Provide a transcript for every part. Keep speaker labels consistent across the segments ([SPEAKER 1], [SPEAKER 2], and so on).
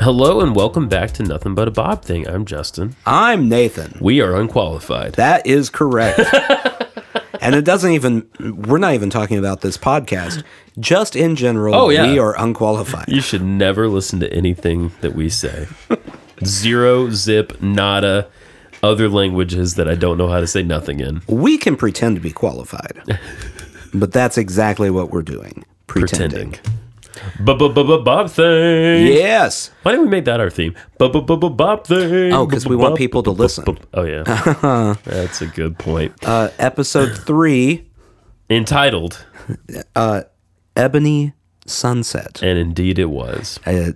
[SPEAKER 1] Hello and welcome back to Nothing But a Bob Thing. I'm Justin.
[SPEAKER 2] I'm Nathan.
[SPEAKER 1] We are unqualified.
[SPEAKER 2] That is correct. and it doesn't even, we're not even talking about this podcast. Just in general,
[SPEAKER 1] Oh, yeah.
[SPEAKER 2] we are unqualified.
[SPEAKER 1] You should never listen to anything that we say. Zero, zip, nada, other languages that I don't know how to say nothing in.
[SPEAKER 2] We can pretend to be qualified, but that's exactly what we're doing pretending.
[SPEAKER 1] Pretending. Bob Thing.
[SPEAKER 2] Yes.
[SPEAKER 1] Why didn't we make that our theme? Bob Thing.
[SPEAKER 2] Oh, 'cause we want people to listen.
[SPEAKER 1] Oh, yeah. That's a good point.
[SPEAKER 2] Uh, episode three
[SPEAKER 1] Entitled,
[SPEAKER 2] Ebony Sunset.
[SPEAKER 1] and indeed it was.
[SPEAKER 2] Uh,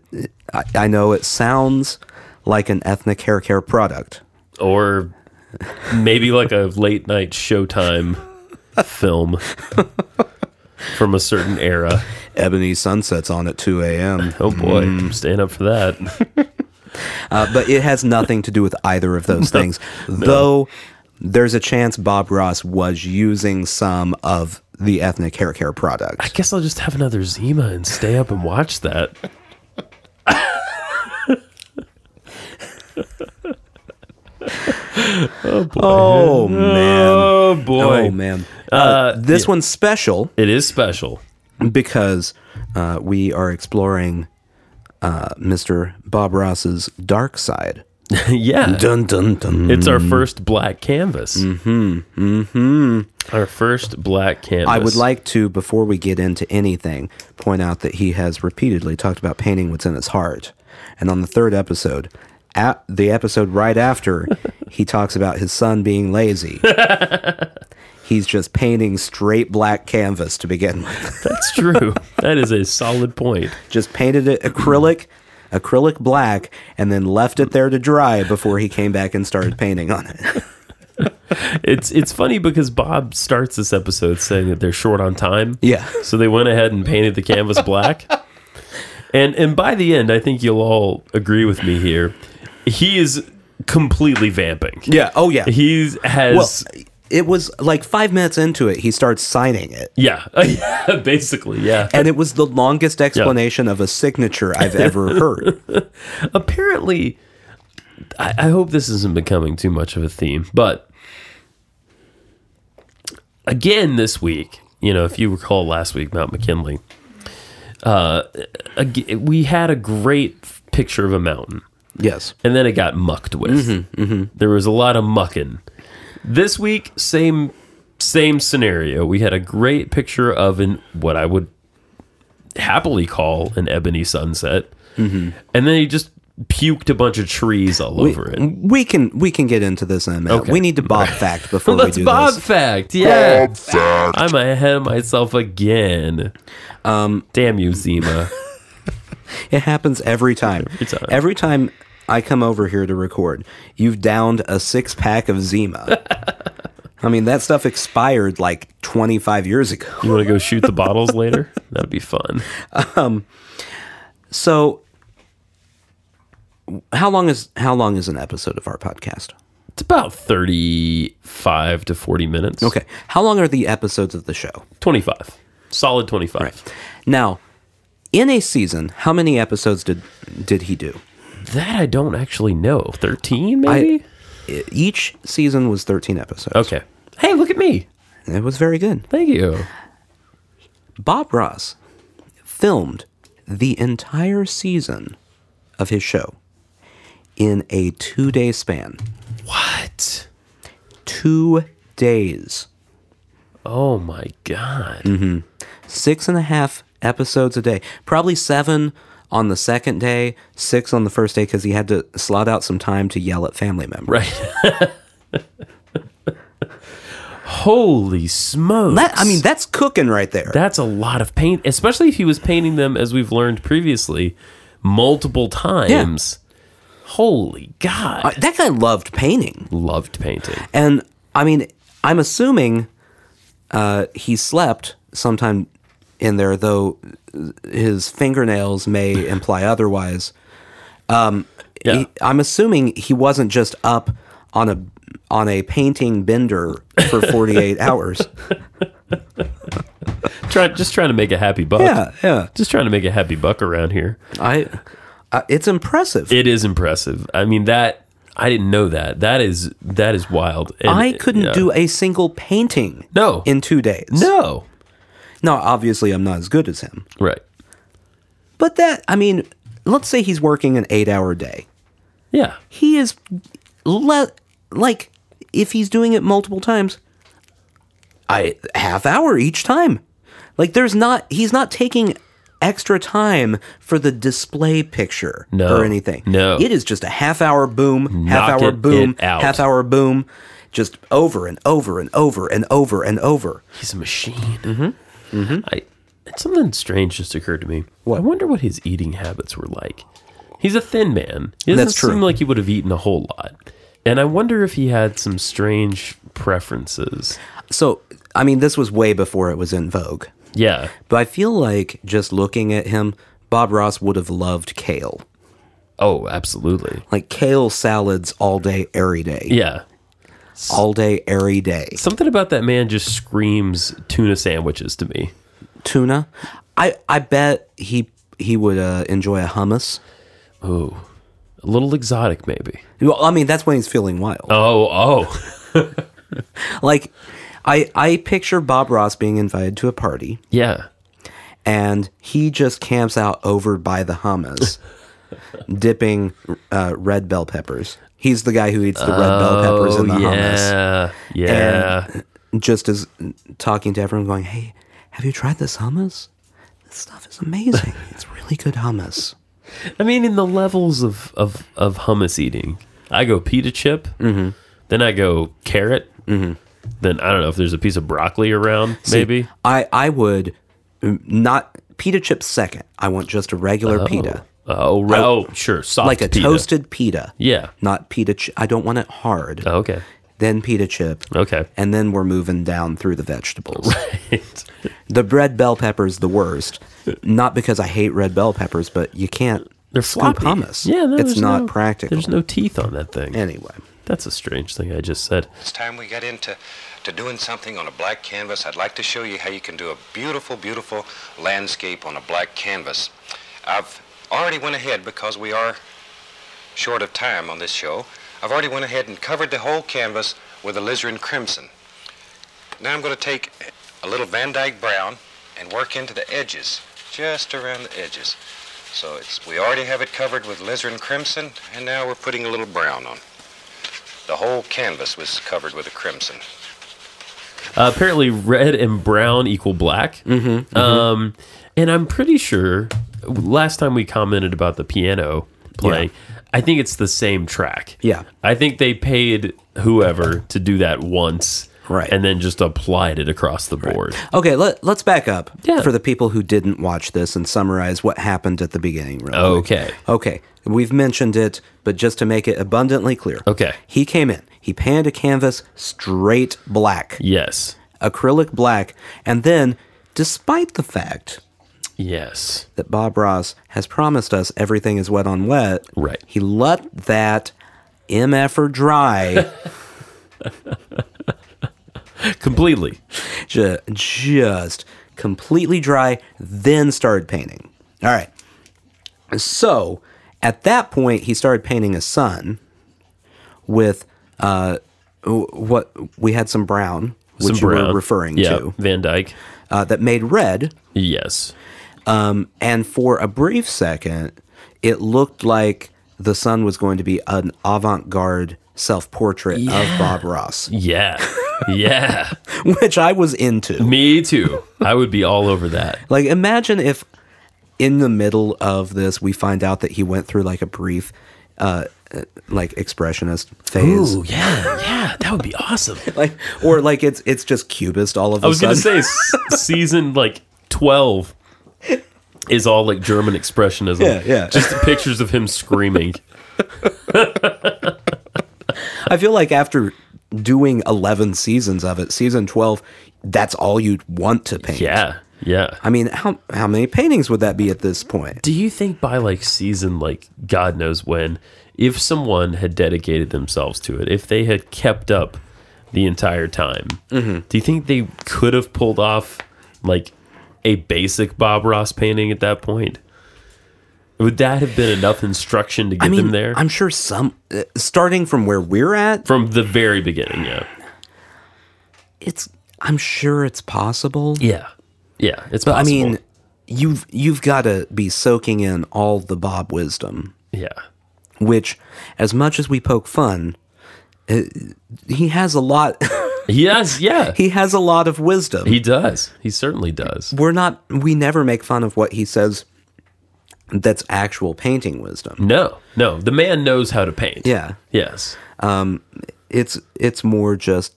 [SPEAKER 2] I, I know it sounds like an ethnic hair care product.
[SPEAKER 1] or maybe like a late night Showtime film from a certain era.
[SPEAKER 2] Ebony Sunset's on at 2 a.m.
[SPEAKER 1] Oh boy, stand up for that.
[SPEAKER 2] Uh, but it has nothing to do with either of those things. Though there's a chance Bob Ross was using some of the ethnic hair care
[SPEAKER 1] I
[SPEAKER 2] product.
[SPEAKER 1] guess I'll just have another Zima and stay up and watch that.
[SPEAKER 2] Oh man.
[SPEAKER 1] Oh boy.
[SPEAKER 2] Oh man. Uh, this one's special
[SPEAKER 1] It is special.
[SPEAKER 2] because uh, we are exploring uh, Mr. Bob Ross's dark side.
[SPEAKER 1] yeah.
[SPEAKER 2] Dun dun dun.
[SPEAKER 1] It's our first black canvas. Mm. Mm-hmm. Mm-hmm. Our first black canvas.
[SPEAKER 2] I would like to, before we get into anything, point out that he has repeatedly talked about painting what's in his heart. And on the third episode, at the episode right after, he talks about his son being lazy. He's just painting straight black canvas to begin with.
[SPEAKER 1] That's true. that is a solid point.
[SPEAKER 2] just painted it acrylic, acrylic black, and then left it there to dry before he came back and started painting on it.
[SPEAKER 1] It's it's funny because Bob starts this episode saying that they're short on time.
[SPEAKER 2] Yeah.
[SPEAKER 1] So they went ahead and painted the canvas black. And and by the end, I think you'll all agree with me here. He is completely vamping.
[SPEAKER 2] Yeah. Oh, yeah.
[SPEAKER 1] He
[SPEAKER 2] Well,
[SPEAKER 1] has
[SPEAKER 2] it was like five minutes into it, he starts signing it.
[SPEAKER 1] yeah, basically, yeah.
[SPEAKER 2] and it was the longest explanation of a signature I've ever heard.
[SPEAKER 1] Apparently I, I hope this isn't becoming too much of a theme, but again this week, you know, if you recall last week, Mount McKinley, uh, ag- we had a great picture of a mountain.
[SPEAKER 2] yes.
[SPEAKER 1] and then it got mucked with.
[SPEAKER 2] Mm-hmm,
[SPEAKER 1] There was a lot of mucking. This week, same same scenario. We had a great picture of an what I would happily call an ebony sunset, and then he just puked a bunch of trees all over it.
[SPEAKER 2] Mm-hmm. We can we can get into this in a minute.
[SPEAKER 1] Okay.
[SPEAKER 2] We need to Bob fact before we
[SPEAKER 1] That's
[SPEAKER 2] do
[SPEAKER 1] Bob
[SPEAKER 2] this.
[SPEAKER 1] fact. Yeah, I'm ahead of myself again. Um, damn you, Zima.
[SPEAKER 2] It happens every time. Every
[SPEAKER 1] time.
[SPEAKER 2] time I come over here to record, you've downed a six pack of Zima. I mean that stuff expired like twenty five years ago.
[SPEAKER 1] you want to go shoot the bottles later? That'd be fun.
[SPEAKER 2] So how long is how long is an episode of our podcast?
[SPEAKER 1] It's about thirty-five to forty minutes.
[SPEAKER 2] Okay. How long are the episodes of the show?
[SPEAKER 1] 25 solid 25
[SPEAKER 2] Now, in a season, how many episodes did did he do?
[SPEAKER 1] that i don't actually know 13 maybe
[SPEAKER 2] I- E, each season was 13 episodes.
[SPEAKER 1] okay hey look at me
[SPEAKER 2] It was very good.
[SPEAKER 1] thank you
[SPEAKER 2] Bob Ross filmed the entire season of his show in a 2-day span.
[SPEAKER 1] what
[SPEAKER 2] 2 days.
[SPEAKER 1] oh my god
[SPEAKER 2] Mm. Six and a half episodes a day. Probably seven on the second day, six on the first day because he had to slot out some time to yell at family members.
[SPEAKER 1] right holy smokes
[SPEAKER 2] That, I mean, that's cooking right there.
[SPEAKER 1] that's a lot of paint especially if he was painting them as we've learned previously multiple times holy god
[SPEAKER 2] Uh, that guy loved painting.
[SPEAKER 1] loved painting
[SPEAKER 2] And I mean, I'm assuming uh, he slept sometime in there, though his fingernails may imply otherwise. Um,
[SPEAKER 1] yeah
[SPEAKER 2] He, I'm assuming he wasn't just up on a on a painting bender for 48 hours.
[SPEAKER 1] Try, just trying to make a happy buck
[SPEAKER 2] Yeah, yeah.
[SPEAKER 1] just trying to make a happy buck around here
[SPEAKER 2] I Uh, it's impressive.
[SPEAKER 1] It is impressive. I mean that I didn't know that. That is that is wild. And-
[SPEAKER 2] I couldn't
[SPEAKER 1] yeah.
[SPEAKER 2] do a single painting
[SPEAKER 1] No.
[SPEAKER 2] in two days.
[SPEAKER 1] no.
[SPEAKER 2] Now, obviously, I'm not as good as him.
[SPEAKER 1] Right.
[SPEAKER 2] But that, I mean, let's say he's working an eight hour day.
[SPEAKER 1] Yeah.
[SPEAKER 2] He is, le- like, if he's doing it multiple times, I half hour each time. Like, there's not, he's not taking extra time for the display picture
[SPEAKER 1] No.
[SPEAKER 2] or anything.
[SPEAKER 1] No.
[SPEAKER 2] It is just a half hour boom, half
[SPEAKER 1] Knock
[SPEAKER 2] hour
[SPEAKER 1] it-
[SPEAKER 2] boom,
[SPEAKER 1] it out.
[SPEAKER 2] half hour boom, just over and over and over and over and over.
[SPEAKER 1] He's a machine. Mm-hmm. I something strange just occurred to me. I wonder what his eating habits were like. He's a thin man. He doesn't
[SPEAKER 2] That's true.
[SPEAKER 1] seem like he would have eaten a whole lot. And I wonder if he had some strange preferences.
[SPEAKER 2] So, I mean, this was way before it was in vogue.
[SPEAKER 1] Yeah.
[SPEAKER 2] But I feel like just looking at him, Bob Ross would have loved kale.
[SPEAKER 1] Oh, absolutely.
[SPEAKER 2] Like kale salads all day, every day.
[SPEAKER 1] Yeah.
[SPEAKER 2] All day, every day.
[SPEAKER 1] Something about that man just screams tuna sandwiches to me.
[SPEAKER 2] Tuna. I, I bet he he would uh, enjoy a hummus.
[SPEAKER 1] Ooh. A little exotic maybe.
[SPEAKER 2] Well, I mean, that's when he's feeling wild.
[SPEAKER 1] Oh, oh.
[SPEAKER 2] Like, I, I picture Bob Ross being invited to a party,
[SPEAKER 1] Yeah.
[SPEAKER 2] and he just camps out over by the hummus, dipping uh, red bell peppers. He's the guy who eats the red bell peppers in the hummus.
[SPEAKER 1] Oh, yeah. Yeah.
[SPEAKER 2] just as talking to everyone, going, "Hey, have you tried this hummus? This stuff is amazing. it's really good hummus."
[SPEAKER 1] I mean, in the levels of, of, of hummus eating, I go pita chip, then I go carrot, then I don't know if there's a piece of broccoli around, maybe.
[SPEAKER 2] I I would mm, not pita chips second. I want just a regular pita,
[SPEAKER 1] Oh, ro- oh, sure, soft
[SPEAKER 2] like a
[SPEAKER 1] pita.
[SPEAKER 2] toasted pita.
[SPEAKER 1] Yeah.
[SPEAKER 2] not pita. Ch- I don't want it hard.
[SPEAKER 1] Oh, okay.
[SPEAKER 2] Then pita chip.
[SPEAKER 1] Okay.
[SPEAKER 2] And then we're moving down through the vegetables.
[SPEAKER 1] Right.
[SPEAKER 2] the red bell pepper's the worst. Not because I hate red bell peppers, but you can't
[SPEAKER 1] They're
[SPEAKER 2] scoop
[SPEAKER 1] floppy.
[SPEAKER 2] hummus.
[SPEAKER 1] Yeah, no,
[SPEAKER 2] it's
[SPEAKER 1] there's
[SPEAKER 2] not
[SPEAKER 1] no-
[SPEAKER 2] practical.
[SPEAKER 1] There's no teeth on that thing.
[SPEAKER 2] Anyway,
[SPEAKER 1] That's a strange thing I just said.
[SPEAKER 3] It's time we got into to doing something on a black canvas. I'd like to show you how you can do a beautiful, beautiful landscape on a black canvas. I've already went ahead because we are short of time on this show. I've already went ahead and covered the whole canvas with alizarin crimson. Now I'm going to take a little Van Dyke brown and work into the edges, just around the edges. So it's we already have it covered with alizarin crimson, and now we're putting a little brown on. The whole canvas was covered with a crimson.
[SPEAKER 1] Uh, apparently, red and brown equal black.
[SPEAKER 2] Mm-hmm,
[SPEAKER 1] Um, and I'm pretty sure last time we commented about the piano playing, I think it's the same track.
[SPEAKER 2] Yeah.
[SPEAKER 1] I think they paid whoever to do that once.
[SPEAKER 2] Right.
[SPEAKER 1] And then just applied it across the board.
[SPEAKER 2] Okay, let, let's back up
[SPEAKER 1] Yeah.
[SPEAKER 2] for the people who didn't watch this and summarize what happened at the beginning. Real quick.
[SPEAKER 1] Okay.
[SPEAKER 2] Okay, we've mentioned it, but just to make it abundantly clear.
[SPEAKER 1] Okay.
[SPEAKER 2] He came in, he painted a canvas straight black,
[SPEAKER 1] Yes.
[SPEAKER 2] acrylic black, and then, despite the fact
[SPEAKER 1] Yes.
[SPEAKER 2] that Bob Ross has promised us everything is wet on wet,
[SPEAKER 1] Right.
[SPEAKER 2] he let that MFer dry
[SPEAKER 1] Completely.
[SPEAKER 2] ju- just completely dry, then started painting. All right. So at that point, he started painting a sun with uh, w- what we had some brown, which
[SPEAKER 1] Some
[SPEAKER 2] you
[SPEAKER 1] brown.
[SPEAKER 2] were referring
[SPEAKER 1] Yeah,
[SPEAKER 2] to,
[SPEAKER 1] Van Dyke.
[SPEAKER 2] uh, that made red.
[SPEAKER 1] Yes.
[SPEAKER 2] And for a brief second, it looked like the sun was going to be an avant garde self portrait of Bob Ross,
[SPEAKER 1] Yeah. Yeah.
[SPEAKER 2] which I was into.
[SPEAKER 1] Me too. I would be all over that.
[SPEAKER 2] Like, imagine if in the middle of this, we find out that he went through like a brief, uh, uh, like expressionist phase,
[SPEAKER 1] Ooh, yeah. Yeah. That would be awesome.
[SPEAKER 2] like or like it's it's just cubist all of a
[SPEAKER 1] I was
[SPEAKER 2] sudden.
[SPEAKER 1] gonna say s- season like twelve is all like German expressionism.
[SPEAKER 2] Yeah, yeah.
[SPEAKER 1] Just pictures of him screaming.
[SPEAKER 2] I feel like after doing eleven seasons of it, season twelve, that's all you'd want to paint.
[SPEAKER 1] Yeah, yeah.
[SPEAKER 2] I mean, how how many paintings would that be at this point?
[SPEAKER 1] Do you think by like season like God knows when, if someone had dedicated themselves to it, if they had kept up the entire time,
[SPEAKER 2] Mm-hmm.
[SPEAKER 1] do you think they could have pulled off like a basic Bob Ross painting at that point? Would that have been enough instruction to get
[SPEAKER 2] I mean,
[SPEAKER 1] them there
[SPEAKER 2] I'm sure some, uh, starting from where we're at,
[SPEAKER 1] from the very beginning? Yeah,
[SPEAKER 2] it's. I'm sure it's possible.
[SPEAKER 1] yeah, yeah. It's
[SPEAKER 2] but I
[SPEAKER 1] possible.
[SPEAKER 2] mean, you've you've got to be soaking in all the Bob wisdom,
[SPEAKER 1] yeah,
[SPEAKER 2] which, as much as we poke fun, uh, he has a lot.
[SPEAKER 1] yes, yeah.
[SPEAKER 2] he has a lot of wisdom.
[SPEAKER 1] He does. He certainly does.
[SPEAKER 2] we're not. We never make fun of what he says. That's actual painting wisdom.
[SPEAKER 1] No, no. The man knows how to paint.
[SPEAKER 2] Yeah,
[SPEAKER 1] Yes.
[SPEAKER 2] it's it's more just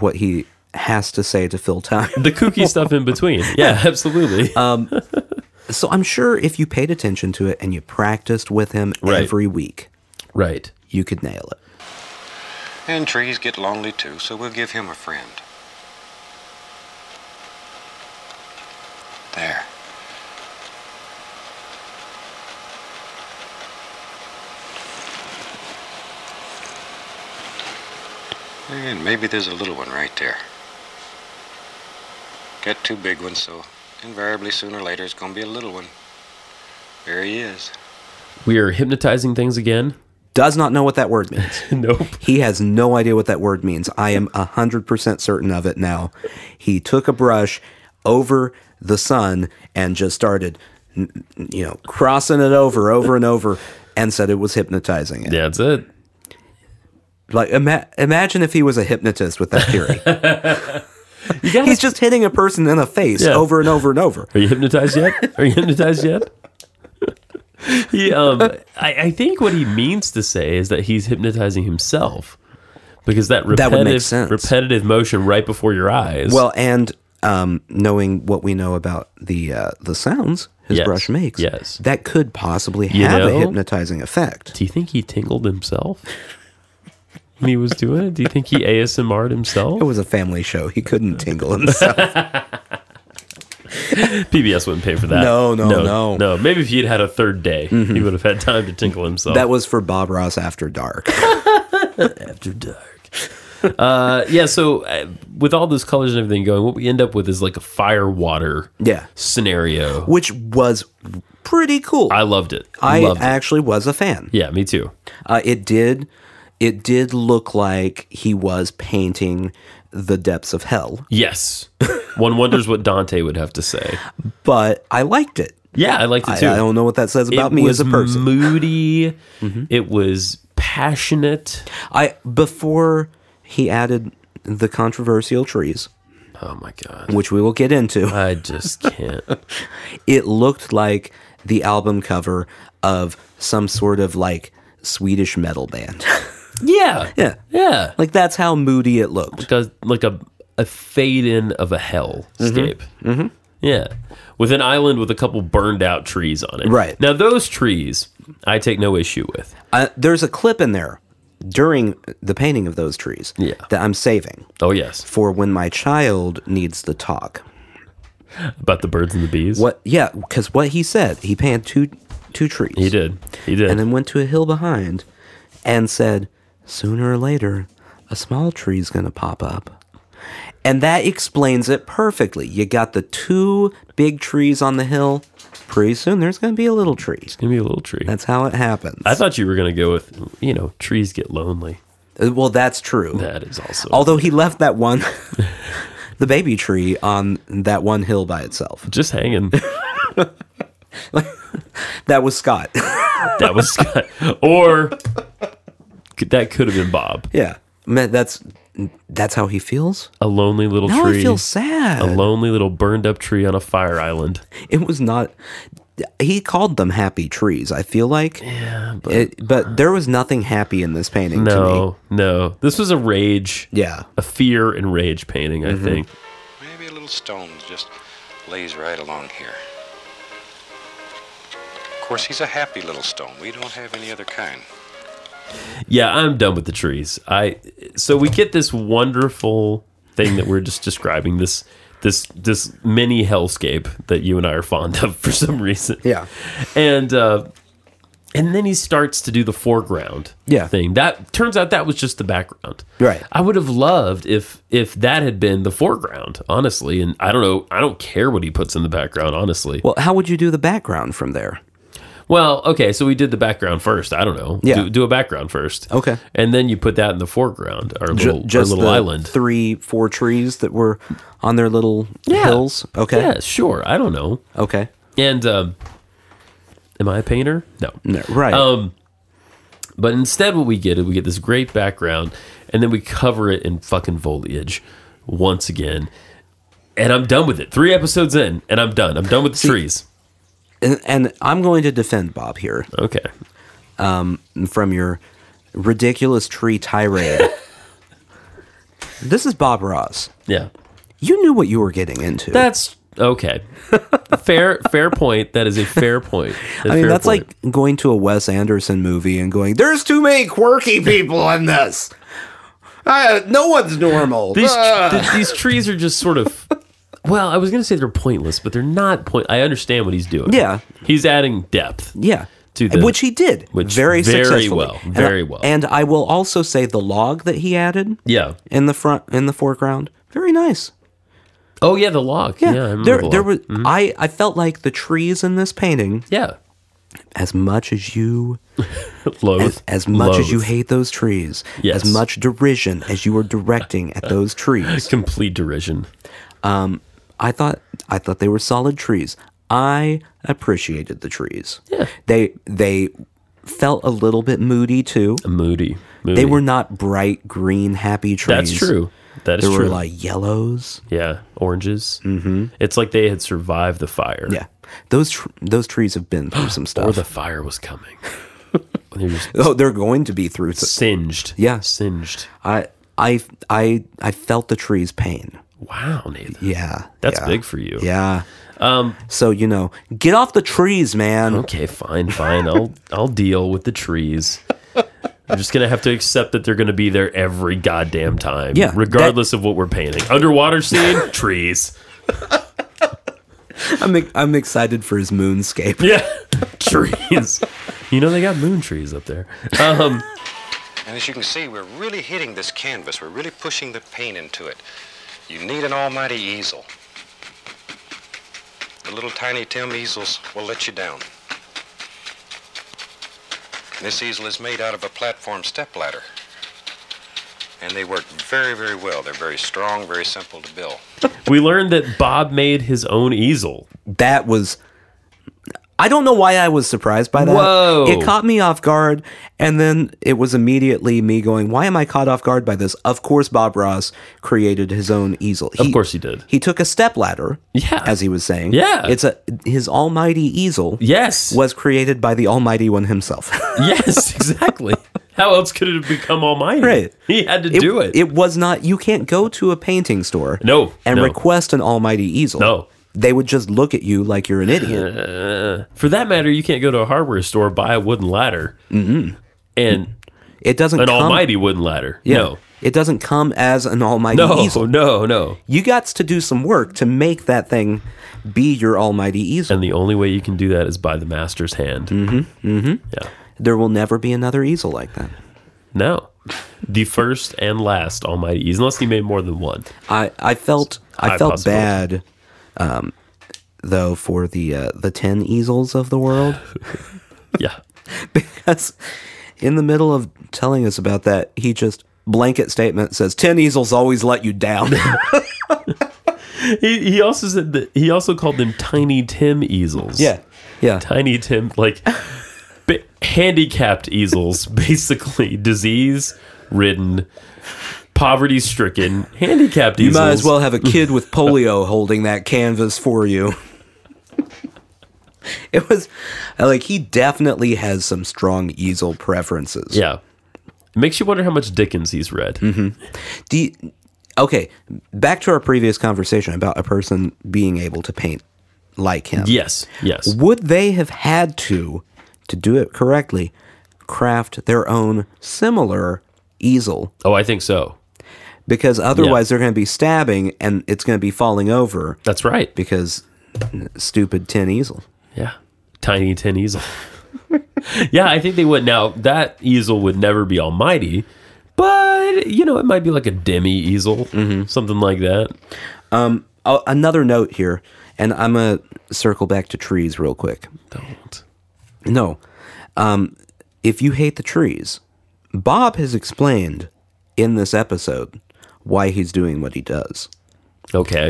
[SPEAKER 2] what he has to say to fill time.
[SPEAKER 1] The kooky stuff in between. Yeah, absolutely.
[SPEAKER 2] Um, So I'm sure if you paid attention to it and you practiced with him
[SPEAKER 1] Right.
[SPEAKER 2] every week,
[SPEAKER 1] right.
[SPEAKER 2] you could nail it.
[SPEAKER 3] And trees get lonely too, so we'll give him a friend. There. And maybe there's a little one right there. Got two big ones, so invariably sooner or later it's gonna be a little one. There he is.
[SPEAKER 1] We are hypnotizing things again.
[SPEAKER 2] Does not know what that word means.
[SPEAKER 1] Nope.
[SPEAKER 2] He has no idea what that word means. I am 100% certain of it now. He took a brush over the sun and just started, n- n- you know, crossing it over, over and over, and said it was hypnotizing it.
[SPEAKER 1] That's it.
[SPEAKER 2] Like, ima- imagine if he was a hypnotist with that theory.
[SPEAKER 1] You got
[SPEAKER 2] He's just hitting a person in the face
[SPEAKER 1] Yeah.
[SPEAKER 2] over and over and over.
[SPEAKER 1] Are you hypnotized yet? Are you hypnotized yet? he, um, I, I think what he means to say is that he's hypnotizing himself because that repetitive,
[SPEAKER 2] That would make sense.
[SPEAKER 1] repetitive motion right before your eyes.
[SPEAKER 2] Well, and um, knowing what we know about the uh, the sounds his
[SPEAKER 1] Yes.
[SPEAKER 2] brush makes,
[SPEAKER 1] Yes.
[SPEAKER 2] that could possibly
[SPEAKER 1] You
[SPEAKER 2] have
[SPEAKER 1] know?
[SPEAKER 2] a hypnotizing effect.
[SPEAKER 1] do you think he tingled himself when he was doing it? Do you think he ASMR'd himself?
[SPEAKER 2] It was a family show. He couldn't tingle himself.
[SPEAKER 1] PBS wouldn't pay for that.
[SPEAKER 2] No, no,
[SPEAKER 1] no.
[SPEAKER 2] no. Mm-hmm.
[SPEAKER 1] Maybe if he'd had a third day, he would have had time to tinkle himself.
[SPEAKER 2] that was for Bob Ross after dark.
[SPEAKER 1] after dark. uh, yeah, so uh, with all those colors and everything going, what we end up with is like a fire water
[SPEAKER 2] Yeah.
[SPEAKER 1] scenario.
[SPEAKER 2] Which was pretty cool.
[SPEAKER 1] I loved it. I
[SPEAKER 2] I
[SPEAKER 1] loved it.
[SPEAKER 2] actually was a fan.
[SPEAKER 1] Yeah, me too.
[SPEAKER 2] Uh, it did it did look like he was painting the depths of hell,
[SPEAKER 1] Yes. One wonders what Dante would have to say.
[SPEAKER 2] but I liked it.
[SPEAKER 1] Yeah, I liked
[SPEAKER 2] I,
[SPEAKER 1] it
[SPEAKER 2] I
[SPEAKER 1] too.
[SPEAKER 2] don't know what that says about me as a person. Mm-hmm.
[SPEAKER 1] moody. It was passionate.
[SPEAKER 2] I before he added the controversial trees,
[SPEAKER 1] Oh my god.
[SPEAKER 2] which we will get into.
[SPEAKER 1] I just can't.
[SPEAKER 2] It looked like the album cover of some sort of like Swedish metal band.
[SPEAKER 1] yeah.
[SPEAKER 2] yeah,
[SPEAKER 1] Yeah.
[SPEAKER 2] like that's how moody it looked.
[SPEAKER 1] does like a a fade in of a hellscape. Mm-hmm. Yeah, with an island with a couple burned out trees on it.
[SPEAKER 2] Right.
[SPEAKER 1] now, those trees I take no issue with.
[SPEAKER 2] Uh, there's a clip in there during the painting of those trees
[SPEAKER 1] Yeah.
[SPEAKER 2] that I'm saving
[SPEAKER 1] Oh yes,
[SPEAKER 2] for when my child needs to talk.
[SPEAKER 1] about the birds and the bees.
[SPEAKER 2] What? Yeah, because what he said, he painted two two trees.
[SPEAKER 1] he did, he did.
[SPEAKER 2] and then went to a hill behind and said, Sooner or later, a small tree's going to pop up. And that explains it perfectly. You got the two big trees on the hill. Pretty soon, there's going to be a little tree.
[SPEAKER 1] Give me a little tree.
[SPEAKER 2] That's how it happens.
[SPEAKER 1] I thought you were gonna go with you know trees get lonely.
[SPEAKER 2] Uh, well, that's true.
[SPEAKER 1] That is also
[SPEAKER 2] Although he left that one, the baby tree on that one hill by itself.
[SPEAKER 1] just hanging.
[SPEAKER 2] That was Scott.
[SPEAKER 1] That was Scott. or could- that could have been Bob.
[SPEAKER 2] yeah. Man, that's that's how he feels.
[SPEAKER 1] A lonely little
[SPEAKER 2] Now
[SPEAKER 1] tree.
[SPEAKER 2] I feel sad.
[SPEAKER 1] A lonely little burned up tree on a fire island.
[SPEAKER 2] It was not. He called them happy trees. I feel like, yeah, but, but there was nothing happy in this painting. to me.
[SPEAKER 1] No, no. This was a rage.
[SPEAKER 2] yeah, Mm-hmm.
[SPEAKER 1] a fear and rage painting, I think.
[SPEAKER 3] Maybe a little stone just lays right along here. Of course, he's a happy little stone. We don't have any other kind.
[SPEAKER 1] Yeah, I'm done with the trees. I so we get this wonderful thing that we're just describing this this this mini hellscape that you and I are fond of for some reason.
[SPEAKER 2] yeah,
[SPEAKER 1] And uh and then he starts to do the foreground
[SPEAKER 2] Yeah.
[SPEAKER 1] thing. That turns out that was just the background.
[SPEAKER 2] Right.
[SPEAKER 1] I would have loved if if that had been the foreground, honestly. And I don't know, I don't care what he puts in the background, honestly.
[SPEAKER 2] Well, how would you do the background from there?
[SPEAKER 1] Well, okay, so we did the background first. I don't know.
[SPEAKER 2] Yeah.
[SPEAKER 1] Do, do a background first.
[SPEAKER 2] Okay.
[SPEAKER 1] And then you put that in the foreground, our
[SPEAKER 2] Ju-
[SPEAKER 1] little, our little
[SPEAKER 2] the
[SPEAKER 1] island.
[SPEAKER 2] Three, four trees that were on their little hills. Okay.
[SPEAKER 1] Yeah, sure. I don't know.
[SPEAKER 2] Okay.
[SPEAKER 1] And um, am I a painter? No.
[SPEAKER 2] No, right.
[SPEAKER 1] Um, but instead, what we get is we get this great background, and then we cover it in fucking foliage once again. And I'm done with it. Three episodes in, and I'm done. I'm done with the trees.
[SPEAKER 2] and, and I'm going to defend Bob here
[SPEAKER 1] Okay.
[SPEAKER 2] from your ridiculous tree tirade. this is Bob Ross.
[SPEAKER 1] Yeah.
[SPEAKER 2] You knew what you were getting into.
[SPEAKER 1] That's okay. fair, fair point. That is a fair point.
[SPEAKER 2] I mean, that's like going to a Wes Anderson movie and going, "There's too many quirky people in this. Uh, no one's normal."
[SPEAKER 1] these
[SPEAKER 2] Ah."
[SPEAKER 1] th- these trees are just sort of. Well, I was gonna say they're pointless, but they're not point. I understand what he's doing.
[SPEAKER 2] Yeah.
[SPEAKER 1] he's adding depth.
[SPEAKER 2] yeah,
[SPEAKER 1] to the-
[SPEAKER 2] which he did
[SPEAKER 1] which
[SPEAKER 2] very
[SPEAKER 1] very
[SPEAKER 2] successfully.
[SPEAKER 1] well,
[SPEAKER 2] And I-
[SPEAKER 1] very well.
[SPEAKER 2] And I will also say the log that he added
[SPEAKER 1] Yeah.
[SPEAKER 2] in the front in the foreground, very nice.
[SPEAKER 1] Oh yeah, the log. Yeah, I remember
[SPEAKER 2] there
[SPEAKER 1] the log. Mm-hmm.
[SPEAKER 2] there was I I felt like the trees in this painting,
[SPEAKER 1] Yeah,
[SPEAKER 2] as much as you
[SPEAKER 1] loathe.
[SPEAKER 2] as, as much as you
[SPEAKER 1] Loathe.
[SPEAKER 2] hate those trees,
[SPEAKER 1] Yes.
[SPEAKER 2] as much derision as you were directing at those trees.
[SPEAKER 1] complete derision.
[SPEAKER 2] I thought I thought they were solid trees. I appreciated the trees.
[SPEAKER 1] Yeah.
[SPEAKER 2] They they felt a little bit moody too.
[SPEAKER 1] Moody. Moody.
[SPEAKER 2] They were not bright green happy trees.
[SPEAKER 1] That's true. That is
[SPEAKER 2] There
[SPEAKER 1] true.
[SPEAKER 2] were like yellows.
[SPEAKER 1] yeah, oranges. Mm-hmm. It's like they had survived the fire.
[SPEAKER 2] Yeah. Those tr- those trees have been through some
[SPEAKER 1] or
[SPEAKER 2] stuff.
[SPEAKER 1] the fire was coming. They're just
[SPEAKER 2] oh, they're going to be through. s-
[SPEAKER 1] singed.
[SPEAKER 2] Yeah.
[SPEAKER 1] singed.
[SPEAKER 2] I I I I felt the trees pain.
[SPEAKER 1] Wow, Nathan.
[SPEAKER 2] Yeah.
[SPEAKER 1] That's
[SPEAKER 2] yeah,
[SPEAKER 1] big for you.
[SPEAKER 2] Yeah. Um so you know, get off the trees, man.
[SPEAKER 1] Okay, fine, fine. I'll I'll deal with the trees. I'm just gonna have to accept that they're gonna be there every goddamn time.
[SPEAKER 2] Yeah,
[SPEAKER 1] Regardless of what we're painting. Underwater scene, trees.
[SPEAKER 2] I'm ex- I'm excited for his moonscape.
[SPEAKER 1] Yeah. trees. You know they got moon trees up there. Um
[SPEAKER 3] And as you can see, we're really hitting this canvas. We're really pushing the paint into it. You need an almighty easel. The little tiny Tim easels will let you down. This easel is made out of a platform step ladder, And they work very, very well. They're very strong, very simple to build.
[SPEAKER 1] we learned that Bob made his own easel.
[SPEAKER 2] that was I don't know why I was surprised by that.
[SPEAKER 1] Whoa.
[SPEAKER 2] It caught me off guard and then it was immediately me going, "Why am I caught off guard by this?" Of course Bob Ross created his own easel.
[SPEAKER 1] Of course he did.
[SPEAKER 2] He took a step ladder.
[SPEAKER 1] Yeah.
[SPEAKER 2] As he was saying.
[SPEAKER 1] Yeah.
[SPEAKER 2] It's a his almighty easel
[SPEAKER 1] Yes.
[SPEAKER 2] was created by the almighty one himself.
[SPEAKER 1] Yes, exactly. How else could it have become almighty?
[SPEAKER 2] Right.
[SPEAKER 1] He had to do it.
[SPEAKER 2] It was not you can't go to a painting store
[SPEAKER 1] No,
[SPEAKER 2] and
[SPEAKER 1] no.
[SPEAKER 2] request an almighty easel.
[SPEAKER 1] No. Uh,
[SPEAKER 2] They would just look at you like you're an idiot.
[SPEAKER 1] For that matter, you can't go to a hardware store, buy a wooden ladder. Mm-hmm. And
[SPEAKER 2] It doesn't
[SPEAKER 1] an
[SPEAKER 2] come
[SPEAKER 1] almighty wooden ladder.
[SPEAKER 2] Yeah.
[SPEAKER 1] No.
[SPEAKER 2] It doesn't come as an almighty
[SPEAKER 1] No,
[SPEAKER 2] easel.
[SPEAKER 1] no, no.
[SPEAKER 2] You got to do some work to make that thing be your almighty easel.
[SPEAKER 1] And the only way you can do that is by the master's hand. Mm-hmm. Mm-hmm. Yeah.
[SPEAKER 2] There will never be another easel like that.
[SPEAKER 1] No. The first and last almighty easel, unless he made more than one.
[SPEAKER 2] I, I felt I
[SPEAKER 1] High
[SPEAKER 2] felt
[SPEAKER 1] possibility.
[SPEAKER 2] bad um, though for the uh, the 10 easels of the world
[SPEAKER 1] Yeah.
[SPEAKER 2] because in the middle of telling us about that he just blanket statement says 10 easels always let you down.
[SPEAKER 1] He, he also said that he also called them Tiny Tim easels.
[SPEAKER 2] Yeah.
[SPEAKER 1] Tiny Tim, like ba- handicapped easels, basically disease ridden, poverty stricken, handicapped
[SPEAKER 2] You
[SPEAKER 1] easels.
[SPEAKER 2] might as well have a kid with polio holding that canvas for you. it was like he definitely has some strong easel preferences.
[SPEAKER 1] Yeah. It makes you wonder how much Dickens he's read.
[SPEAKER 2] Mm-hmm. Do you- okay, back to our previous conversation about a person being able to paint like him.
[SPEAKER 1] Yes. Yes.
[SPEAKER 2] Would they have had to, to do it correctly, craft their own similar easel?
[SPEAKER 1] Oh, I think so.
[SPEAKER 2] Because otherwise they're going to be stabbing and it's going to be falling over
[SPEAKER 1] That's right.
[SPEAKER 2] because stupid tin easel.
[SPEAKER 1] Yeah. Tiny tin easel. yeah, I think they would. Now, that easel would never be almighty, but, you know, it might be like a demi easel,
[SPEAKER 2] Mm-hmm.
[SPEAKER 1] something like that.
[SPEAKER 2] Oh, another note here, and I'm gonna circle back to trees real quick.
[SPEAKER 1] Don't.
[SPEAKER 2] No. Um, if you hate the trees, Bob has explained in this episode why he's doing what he does.
[SPEAKER 1] Okay.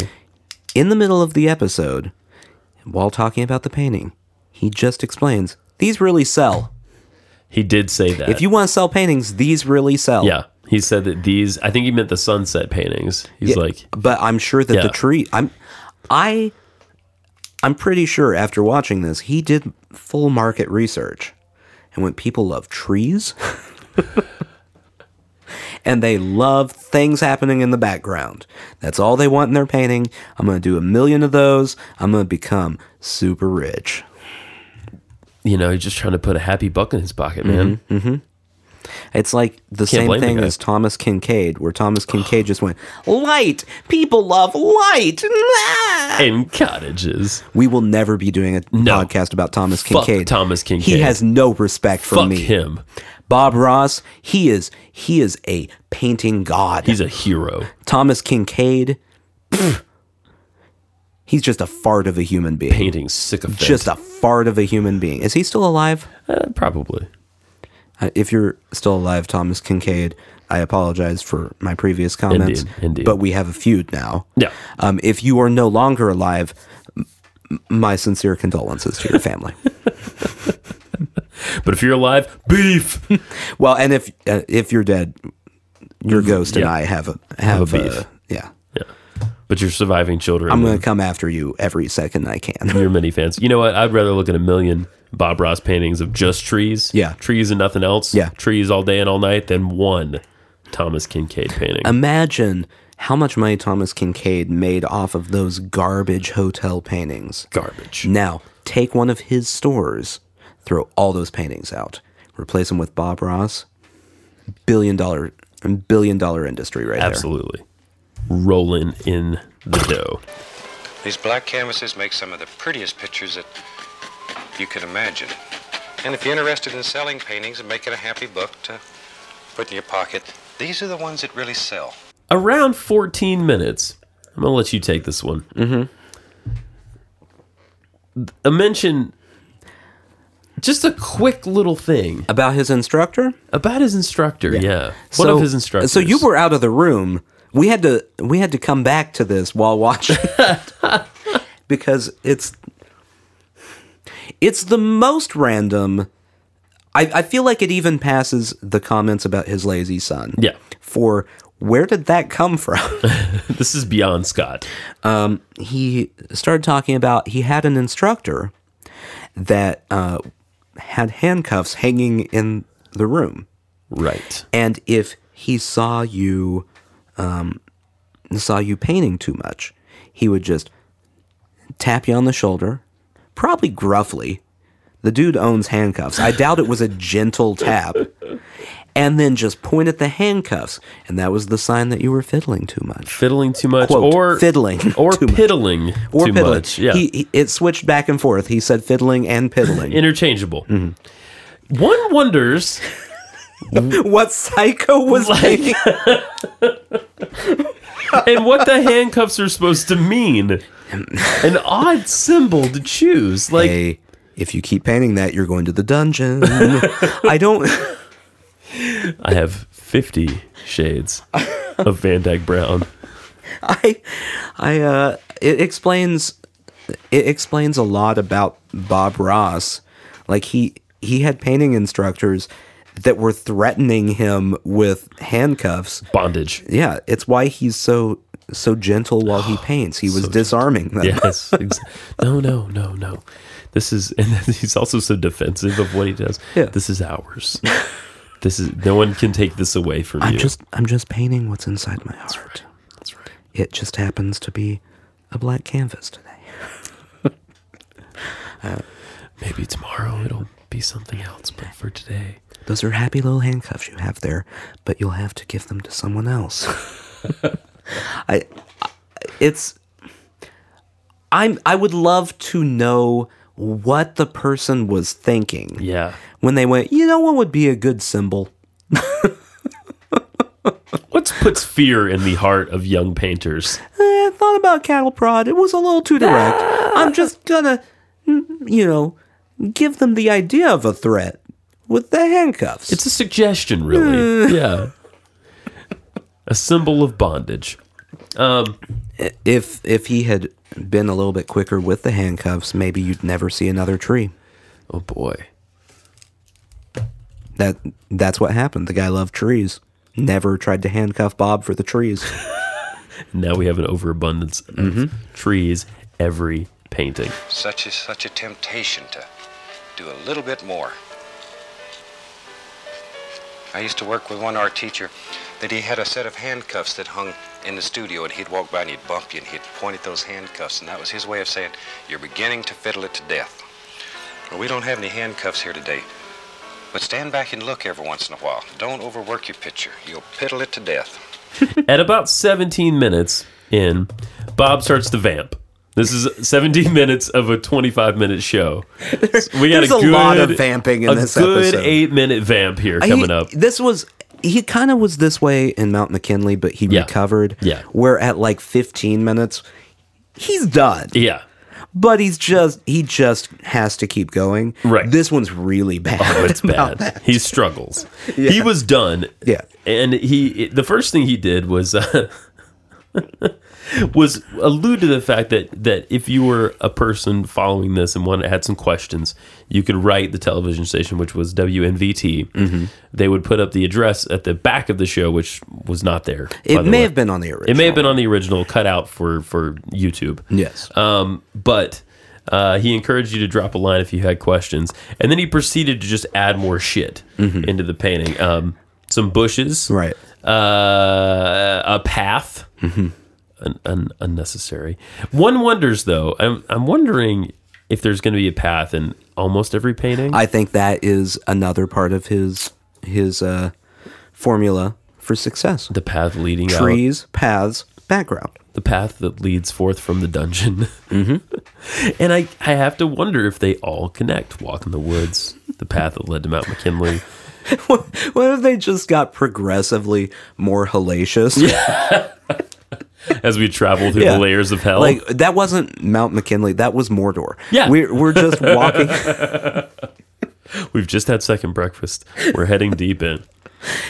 [SPEAKER 2] In the middle of the episode, while talking about the painting, he just explains these really sell.
[SPEAKER 1] He did say that.
[SPEAKER 2] If you want to sell paintings, these really sell.
[SPEAKER 1] yeah. He said that these, I think he meant the sunset paintings. He's
[SPEAKER 2] Yeah,
[SPEAKER 1] like,
[SPEAKER 2] but I'm sure that
[SPEAKER 1] Yeah.
[SPEAKER 2] the tree. I'm, I, I'm pretty sure after watching this, he did full market research, and when people love trees, and they love things happening in the background, that's all they want in their painting. I'm gonna do a million of those. I'm gonna become super rich.
[SPEAKER 1] you know, he's just trying to put a happy buck in his pocket,
[SPEAKER 2] Mm-hmm.
[SPEAKER 1] man.
[SPEAKER 2] It's like the same
[SPEAKER 1] blame the
[SPEAKER 2] thing
[SPEAKER 1] guy.
[SPEAKER 2] as Thomas Kincaid, where Thomas Kincaid just went light. People love light.
[SPEAKER 1] And cottages.
[SPEAKER 2] We will never be doing a
[SPEAKER 1] No.
[SPEAKER 2] podcast about Thomas
[SPEAKER 1] Fuck
[SPEAKER 2] Kincaid.
[SPEAKER 1] Thomas
[SPEAKER 2] He
[SPEAKER 1] Kincaid.
[SPEAKER 2] has no respect for
[SPEAKER 1] Fuck
[SPEAKER 2] me.
[SPEAKER 1] him.
[SPEAKER 2] Bob Ross, he is he is a painting god.
[SPEAKER 1] He's a hero.
[SPEAKER 2] Thomas Kincaid. pff, he's just a fart of a human being.
[SPEAKER 1] Painting sycophant.
[SPEAKER 2] Just a fart of a human being. Is he still alive?
[SPEAKER 1] Eh, probably.
[SPEAKER 2] Uh, If you're still alive, Thomas Kincaid, I apologize for my previous comments.
[SPEAKER 1] Indeed, indeed.
[SPEAKER 2] But we have a feud now.
[SPEAKER 1] Yeah.
[SPEAKER 2] Um, if you are no longer alive, m- m- my sincere condolences to your family.
[SPEAKER 1] But if you're alive, beef.
[SPEAKER 2] Well, and if uh, if you're dead, your ghost and
[SPEAKER 1] yeah.
[SPEAKER 2] I have a have,
[SPEAKER 1] a
[SPEAKER 2] a,
[SPEAKER 1] beef.
[SPEAKER 2] yeah.
[SPEAKER 1] but you're surviving children.
[SPEAKER 2] I'm gonna come after you every second I can.
[SPEAKER 1] your mini fans. You know what? I'd rather look at a million Bob Ross paintings of just trees.
[SPEAKER 2] Yeah.
[SPEAKER 1] Trees and nothing else.
[SPEAKER 2] Yeah.
[SPEAKER 1] Trees all day and all night than one Thomas Kincaid painting.
[SPEAKER 2] Imagine how much money Thomas Kincaid made off of those garbage hotel paintings.
[SPEAKER 1] Garbage.
[SPEAKER 2] Now take one of his stores, throw all those paintings out, replace them with Bob Ross. Billion dollar billion dollar industry right
[SPEAKER 1] Absolutely. Rolling in the dough.
[SPEAKER 3] These black canvases make some of the prettiest pictures that you can imagine. And if you're interested in selling paintings and making a happy book to put in your pocket, these are the ones that really sell.
[SPEAKER 1] Around 14 minutes. I'm going to let you take this one. Mm-hmm. A mention, just a quick little thing
[SPEAKER 2] there. About his instructor?
[SPEAKER 1] about his instructor. Yeah. One of his instructors.
[SPEAKER 2] So you were out of the room. We had to we had to come back to this while watching it. because it's it's the most random. I, I feel like it even passes the comments about his lazy son.
[SPEAKER 1] Yeah.
[SPEAKER 2] For where did that come from?
[SPEAKER 1] This is beyond Scott.
[SPEAKER 2] he started talking about he had an instructor that uh, had handcuffs hanging in the room.
[SPEAKER 1] Right.
[SPEAKER 2] and if he saw you um, saw you painting too much he would just tap you on the shoulder probably gruffly the dude owns handcuffs i doubt it was a gentle tap and then just point at the handcuffs and that was the sign that you were fiddling too much
[SPEAKER 1] Fiddling too much
[SPEAKER 2] Quote,
[SPEAKER 1] or
[SPEAKER 2] fiddling
[SPEAKER 1] or
[SPEAKER 2] too much.
[SPEAKER 1] piddling
[SPEAKER 2] or
[SPEAKER 1] too
[SPEAKER 2] fiddling
[SPEAKER 1] much. Yeah.
[SPEAKER 2] he, he- it switched back and forth he said fiddling and piddling
[SPEAKER 1] Interchangeable.
[SPEAKER 2] Mm-hmm.
[SPEAKER 1] One wonders
[SPEAKER 2] what psycho was
[SPEAKER 1] Like-
[SPEAKER 2] thinking
[SPEAKER 1] and what the handcuffs are supposed to mean. An odd symbol to choose. Like
[SPEAKER 2] hey, if you keep painting that, you're going to the dungeon. I don't.
[SPEAKER 1] I have 50 shades of Van Dyke Brown.
[SPEAKER 2] I, I. Uh, it explains. It explains a lot about Bob Ross. Like he he had painting instructors that were threatening him with handcuffs.
[SPEAKER 1] Bondage.
[SPEAKER 2] Yeah, it's why he's so so gentle while he paints. He was disarming them.
[SPEAKER 1] Yes. ex- no, no, no, no. This is, and then he's also so defensive of what he does.
[SPEAKER 2] Yeah.
[SPEAKER 1] This is ours. This is, no one can take this away from
[SPEAKER 2] I'm
[SPEAKER 1] you.
[SPEAKER 2] just I'm just painting what's inside my heart.
[SPEAKER 1] That's right.
[SPEAKER 2] It just happens to be a black canvas today.
[SPEAKER 1] Maybe tomorrow it'll be something else, but for today.
[SPEAKER 2] Those are happy little handcuffs you have there, but you'll have to give them to someone else. I, I- it's, I'm, I would love to know what the person was thinking
[SPEAKER 1] Yeah.
[SPEAKER 2] when they went. You know what would be a good symbol?
[SPEAKER 1] What puts fear in the heart of young painters?
[SPEAKER 2] Eh, I thought about cattle prod. It was a little too direct. I'm just gonna, mm, you know, give them the idea of a threat with the handcuffs.
[SPEAKER 1] It's a suggestion, really. yeah. A symbol of bondage.
[SPEAKER 2] if if he had been a little bit quicker with the handcuffs, maybe you'd never see another tree.
[SPEAKER 1] Oh boy.
[SPEAKER 2] That that's what happened. The guy loved trees. Never tried to handcuff Bob for the trees.
[SPEAKER 1] Now we have an overabundance of
[SPEAKER 2] Mm-hmm.
[SPEAKER 1] trees every painting.
[SPEAKER 3] Such is such a temptation to do a little bit more. I used to work with one art teacher that he had a set of handcuffs that hung in the studio, and he'd walk by and he'd bump you, and he'd point at those handcuffs, and that was his way of saying, You're beginning to fiddle it to death. Well, we don't have any handcuffs here today, but stand back and look every once in a while. Don't overwork your picture, you'll piddle it to death.
[SPEAKER 1] At about 17 minutes in, Bob starts to vamp. This is 17 minutes of a 25 minute show. We got
[SPEAKER 2] there's
[SPEAKER 1] a,
[SPEAKER 2] a
[SPEAKER 1] good,
[SPEAKER 2] lot of vamping in
[SPEAKER 1] a
[SPEAKER 2] this
[SPEAKER 1] good
[SPEAKER 2] episode.
[SPEAKER 1] eight minute vamp here
[SPEAKER 2] He-
[SPEAKER 1] coming up.
[SPEAKER 2] This was he kind of was this way in Mount McKinley, but he
[SPEAKER 1] Yeah.
[SPEAKER 2] recovered.
[SPEAKER 1] Yeah.
[SPEAKER 2] Where at like 15 minutes, he's done.
[SPEAKER 1] Yeah.
[SPEAKER 2] But he's just he just has to keep going.
[SPEAKER 1] Right.
[SPEAKER 2] This one's really bad.
[SPEAKER 1] Oh, it's bad. He struggles. He was done.
[SPEAKER 2] Yeah.
[SPEAKER 1] And he the first thing he did was uh, was allude to the fact that that if you were a person following this and one that had some questions, you could write the television station, which was WNVT.
[SPEAKER 2] Mm-hmm.
[SPEAKER 1] They would put up the address at the back of the show, which was not there. by
[SPEAKER 2] It
[SPEAKER 1] the
[SPEAKER 2] may
[SPEAKER 1] way.
[SPEAKER 2] have been on the original.
[SPEAKER 1] It may have been on the original, cut out for for YouTube.
[SPEAKER 2] Yes.
[SPEAKER 1] Um, but uh, he encouraged you to drop a line if you had questions, and then he proceeded to just add more shit into the painting. Um, some bushes,
[SPEAKER 2] Mm-hmm. right. Mm-hmm.
[SPEAKER 1] Uh, a path, un- un- unnecessary. One wonders though. I'm I'm wondering if there's going to be a path in almost every painting.
[SPEAKER 2] I think that is another part of his his uh, formula for success.
[SPEAKER 1] the path leading out.
[SPEAKER 2] Trees, paths, background.
[SPEAKER 1] the path that leads forth from the dungeon. Mm-hmm. and I, I have to wonder if they all connect. Walk in the woods, the path that led to Mount McKinley.
[SPEAKER 2] what what if they just got progressively more hellacious?
[SPEAKER 1] As we travel through
[SPEAKER 2] Yeah.
[SPEAKER 1] the layers of hell,
[SPEAKER 2] Like that wasn't Mount McKinley. That was Mordor.
[SPEAKER 1] Yeah.
[SPEAKER 2] we're we're just walking.
[SPEAKER 1] we've just had second breakfast. We're heading deep in.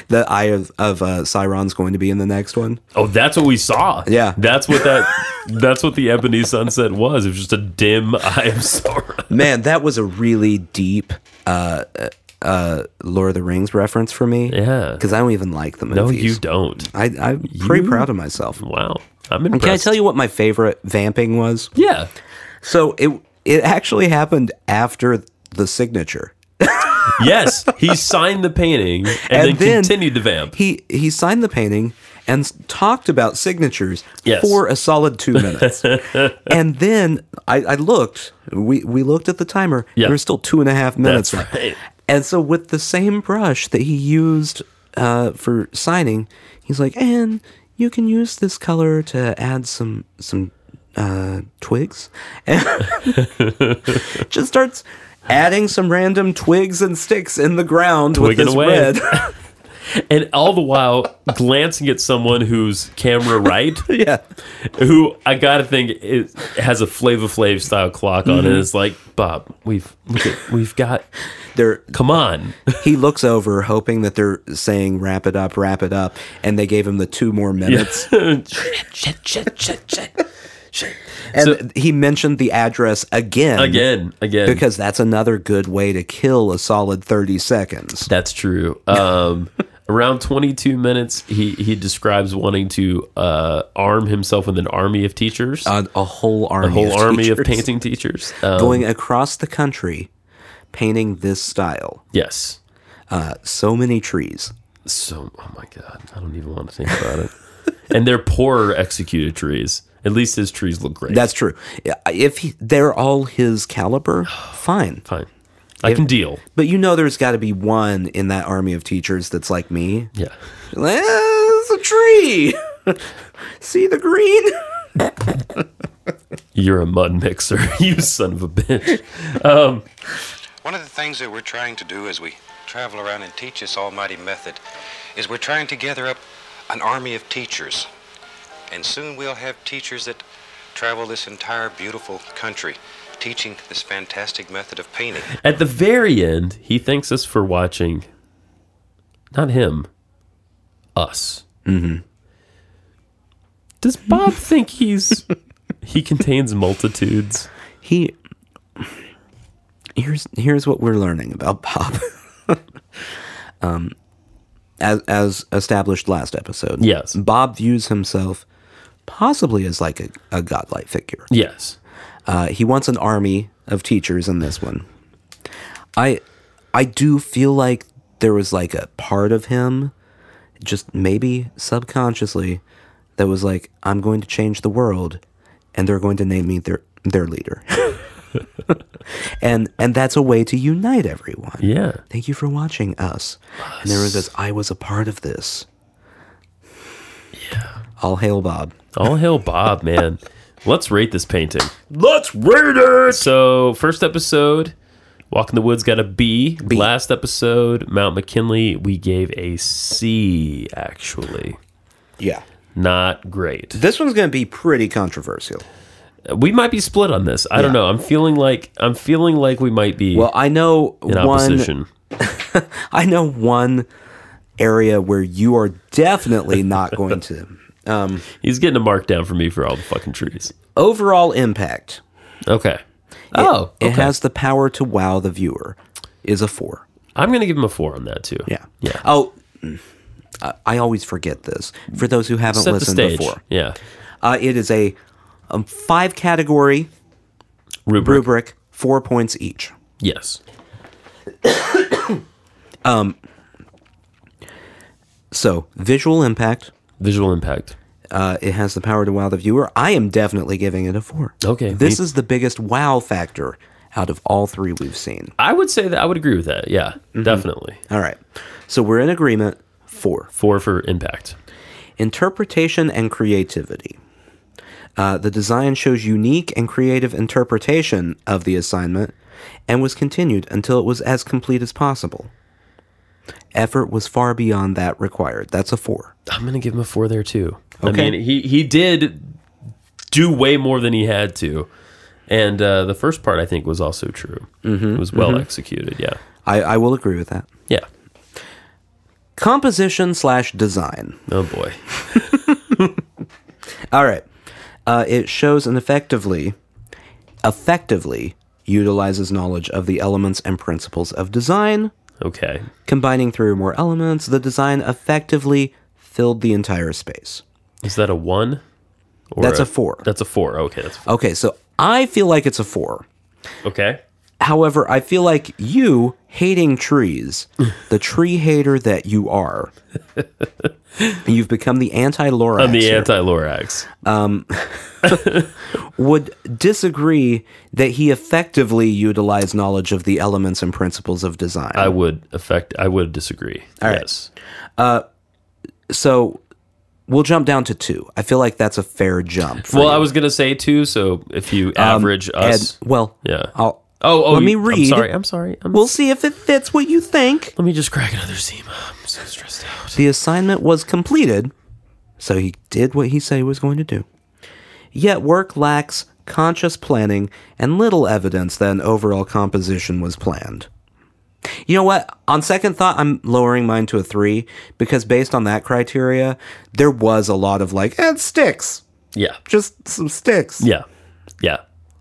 [SPEAKER 2] the Eye of of uh, Sauron's going to be in the next one.
[SPEAKER 1] Oh, that's what we saw.
[SPEAKER 2] Yeah.
[SPEAKER 1] that's what that. that's what the ebony sunset was. It was just a dim eye of sorrow.
[SPEAKER 2] Man, that was a really deep uh, uh, Lord of the Rings reference for me.
[SPEAKER 1] Yeah.
[SPEAKER 2] because I don't even like the movies.
[SPEAKER 1] No, you don't.
[SPEAKER 2] I, I'm pretty
[SPEAKER 1] You-
[SPEAKER 2] proud of myself.
[SPEAKER 1] Wow, I'm impressed.
[SPEAKER 2] Can I tell you what my favorite vamping was?
[SPEAKER 1] Yeah.
[SPEAKER 2] So it it actually happened after the signature.
[SPEAKER 1] Yes, he signed the painting and, then, continued to vamp.
[SPEAKER 2] He he signed the painting and s- talked about signatures
[SPEAKER 1] Yes.
[SPEAKER 2] for a solid two minutes. and then I, I looked. We we looked at the timer.
[SPEAKER 1] Yeah.
[SPEAKER 2] There was still two and a half minutes
[SPEAKER 1] That's
[SPEAKER 2] left.
[SPEAKER 1] right.
[SPEAKER 2] And so with the same brush that he used uh, for signing, he's like, and you can use this color to add some some uh, twigs. And just starts adding some random twigs and sticks in the ground
[SPEAKER 1] Twigging
[SPEAKER 2] with this
[SPEAKER 1] away.
[SPEAKER 2] red.
[SPEAKER 1] And all the while glancing at someone who's camera right,
[SPEAKER 2] yeah.
[SPEAKER 1] who I gotta think is, has a Flava Flav style clock on
[SPEAKER 2] Mm-hmm.
[SPEAKER 1] it. It's like Bob, we've look at, we've got.
[SPEAKER 2] They're,
[SPEAKER 1] Come on,
[SPEAKER 2] he looks over, hoping that they're saying "wrap it up, wrap it up," and they gave him the two more minutes. And
[SPEAKER 1] So-
[SPEAKER 2] he mentioned the address again,
[SPEAKER 1] again, again.
[SPEAKER 2] because that's another good way to kill a solid thirty seconds.
[SPEAKER 1] that's true. Um, around 22 minutes, he he describes wanting to uh, arm himself with an army of teachers,
[SPEAKER 2] A, a whole army,
[SPEAKER 1] a whole
[SPEAKER 2] of
[SPEAKER 1] army of
[SPEAKER 2] teachers
[SPEAKER 1] painting teachers. Um,
[SPEAKER 2] going across the country, painting this style.
[SPEAKER 1] yes.
[SPEAKER 2] Uh, so many trees.
[SPEAKER 1] So, oh my god, I don't even want to think about it. and they're poorer executed trees. At least his trees look great.
[SPEAKER 2] That's true. If he, they're all his caliber, fine.
[SPEAKER 1] fine. I can deal.
[SPEAKER 2] But you know, there's got to be one in that army of teachers that's like me.
[SPEAKER 1] Yeah.
[SPEAKER 2] Like, "Ah, It's a tree. See the green?
[SPEAKER 1] You're a mud mixer, you son of a bitch.
[SPEAKER 3] One of the things that we're trying to do as we travel around and teach this almighty method is we're trying to gather up an army of teachers. And soon we'll have teachers that travel this entire beautiful country teaching this fantastic method of painting.
[SPEAKER 1] At the very end, he thanks us for watching. Not him, us. Mm-hmm. Does Bob think he's he contains multitudes?
[SPEAKER 2] He here's here's what we're learning about Bob. um, as as established last episode,
[SPEAKER 1] Yes.
[SPEAKER 2] Bob views himself possibly as like a, a godlike figure.
[SPEAKER 1] Yes.
[SPEAKER 2] Uh, he wants an army of teachers in this one. I I do feel like there was like a part of him, just maybe subconsciously, that was like, I'm going to change the world, and they're going to name me their their leader. and and that's a way to unite everyone.
[SPEAKER 1] Yeah.
[SPEAKER 2] Thank you for watching us. And there was this I was a part of this. Yeah. All hail Bob.
[SPEAKER 1] All hail Bob, man. Let's rate this painting. Let's rate it. So, first episode, Walk in the Woods got a B. Last episode, Mount McKinley, we gave a C, actually.
[SPEAKER 2] Yeah.
[SPEAKER 1] Not great.
[SPEAKER 2] This one's going to be pretty controversial.
[SPEAKER 1] We might be split on this. I don't
[SPEAKER 2] Yeah.
[SPEAKER 1] know. I'm feeling like I'm feeling like we might be
[SPEAKER 2] Well, I know
[SPEAKER 1] in
[SPEAKER 2] one
[SPEAKER 1] opposition.
[SPEAKER 2] I know one area where you are definitely not going to.
[SPEAKER 1] He's getting a markdown for me for all the fucking trees.
[SPEAKER 2] Overall impact.
[SPEAKER 1] Okay. oh,
[SPEAKER 2] It
[SPEAKER 1] okay.
[SPEAKER 2] has the power to wow the viewer. Is a four.
[SPEAKER 1] I'm gonna give him a four on that too. yeah.
[SPEAKER 2] Oh, mm. I, I always forget this. For those who haven't
[SPEAKER 1] Set the
[SPEAKER 2] listened
[SPEAKER 1] stage.
[SPEAKER 2] before,
[SPEAKER 1] Yeah.
[SPEAKER 2] uh, it is a um, five category
[SPEAKER 1] Rubric.
[SPEAKER 2] rubric, four points each.
[SPEAKER 1] Yes.
[SPEAKER 2] So visual impact.
[SPEAKER 1] Visual impact.
[SPEAKER 2] Uh, it has the power to wow the viewer. I am definitely giving it a four.
[SPEAKER 1] Okay.
[SPEAKER 2] This
[SPEAKER 1] Me-
[SPEAKER 2] is the biggest wow factor out of all three we've seen.
[SPEAKER 1] I would say that I would agree with that. Yeah,
[SPEAKER 2] Mm-hmm.
[SPEAKER 1] definitely.
[SPEAKER 2] All right. So we're in agreement. Four
[SPEAKER 1] Four for impact.
[SPEAKER 2] interpretation and creativity. Uh, the design shows unique and creative interpretation of the assignment and was continued until it was as complete as possible. Effort was far beyond that required. That's a four.
[SPEAKER 1] I'm gonna give him a four there too.
[SPEAKER 2] Okay.
[SPEAKER 1] I mean, he he did do way more than he had to, and uh, the first part I think was also true. Mm-hmm. It was well executed. Yeah.
[SPEAKER 2] I, I will agree with that.
[SPEAKER 1] Yeah.
[SPEAKER 2] Composition slash design.
[SPEAKER 1] Oh boy.
[SPEAKER 2] All right. Uh, it shows and effectively, effectively utilizes knowledge of the elements and principles of design,
[SPEAKER 1] Okay.
[SPEAKER 2] Combining three or more elements, the design effectively filled the entire space.
[SPEAKER 1] Is that a one? Or
[SPEAKER 2] That's a four.
[SPEAKER 1] That's a four. Okay. That's a four.
[SPEAKER 2] Okay, so I feel like it's a four.
[SPEAKER 1] okay.
[SPEAKER 2] However, I feel like you hating trees, the tree hater that you are, you've become the anti Lorax.
[SPEAKER 1] I'm the
[SPEAKER 2] here,
[SPEAKER 1] anti Lorax.
[SPEAKER 2] would disagree that he effectively utilized knowledge of the elements and principles of design.
[SPEAKER 1] I would affect. I would disagree.
[SPEAKER 2] right.
[SPEAKER 1] yes.
[SPEAKER 2] so we'll jump down to two. I feel like that's a fair jump. for
[SPEAKER 1] Well,
[SPEAKER 2] you. Um,
[SPEAKER 1] I was gonna say two. So if you average us,
[SPEAKER 2] Ed, well,
[SPEAKER 1] yeah.
[SPEAKER 2] I'll.
[SPEAKER 1] oh, oh.
[SPEAKER 2] let
[SPEAKER 1] you-
[SPEAKER 2] me read.
[SPEAKER 1] I'm sorry. I'm sorry. I'm
[SPEAKER 2] We'll see if it fits what you think.
[SPEAKER 1] Let me just crack another SEMA. I'm so stressed out.
[SPEAKER 2] The assignment was completed, so he did what he said he was going to do. Yet work lacks conscious planning and little evidence that an overall composition was planned. You know what? On second thought, I'm lowering mine to a three because based on that criteria, there was a lot of like, and sticks,
[SPEAKER 1] Yeah.
[SPEAKER 2] just some sticks.
[SPEAKER 1] Yeah. Yeah.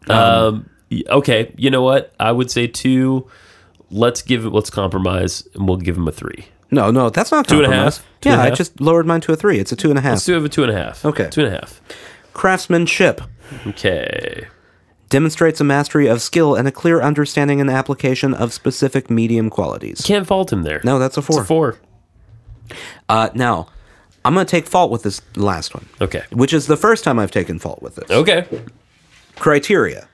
[SPEAKER 1] Um, y okay. You know what? I would say two. Let's give it, let's compromise and we'll give him a three.
[SPEAKER 2] No, no, that's not two
[SPEAKER 1] and a half? Two
[SPEAKER 2] yeah,
[SPEAKER 1] and a
[SPEAKER 2] I
[SPEAKER 1] half?
[SPEAKER 2] just lowered mine to a three. It's a two and a half.
[SPEAKER 1] Let's do have a two and a half.
[SPEAKER 2] Okay.
[SPEAKER 1] Two and a half.
[SPEAKER 2] Craftsmanship.
[SPEAKER 1] Okay.
[SPEAKER 2] demonstrates a mastery of skill and a clear understanding and application of specific medium qualities.
[SPEAKER 1] Can't fault him there.
[SPEAKER 2] No, that's a
[SPEAKER 1] It's
[SPEAKER 2] four.
[SPEAKER 1] a four.
[SPEAKER 2] Uh, now, I'm going to take fault with this last one,
[SPEAKER 1] Okay.
[SPEAKER 2] which is the first time I've taken fault with this.
[SPEAKER 1] Okay.
[SPEAKER 2] Criteria.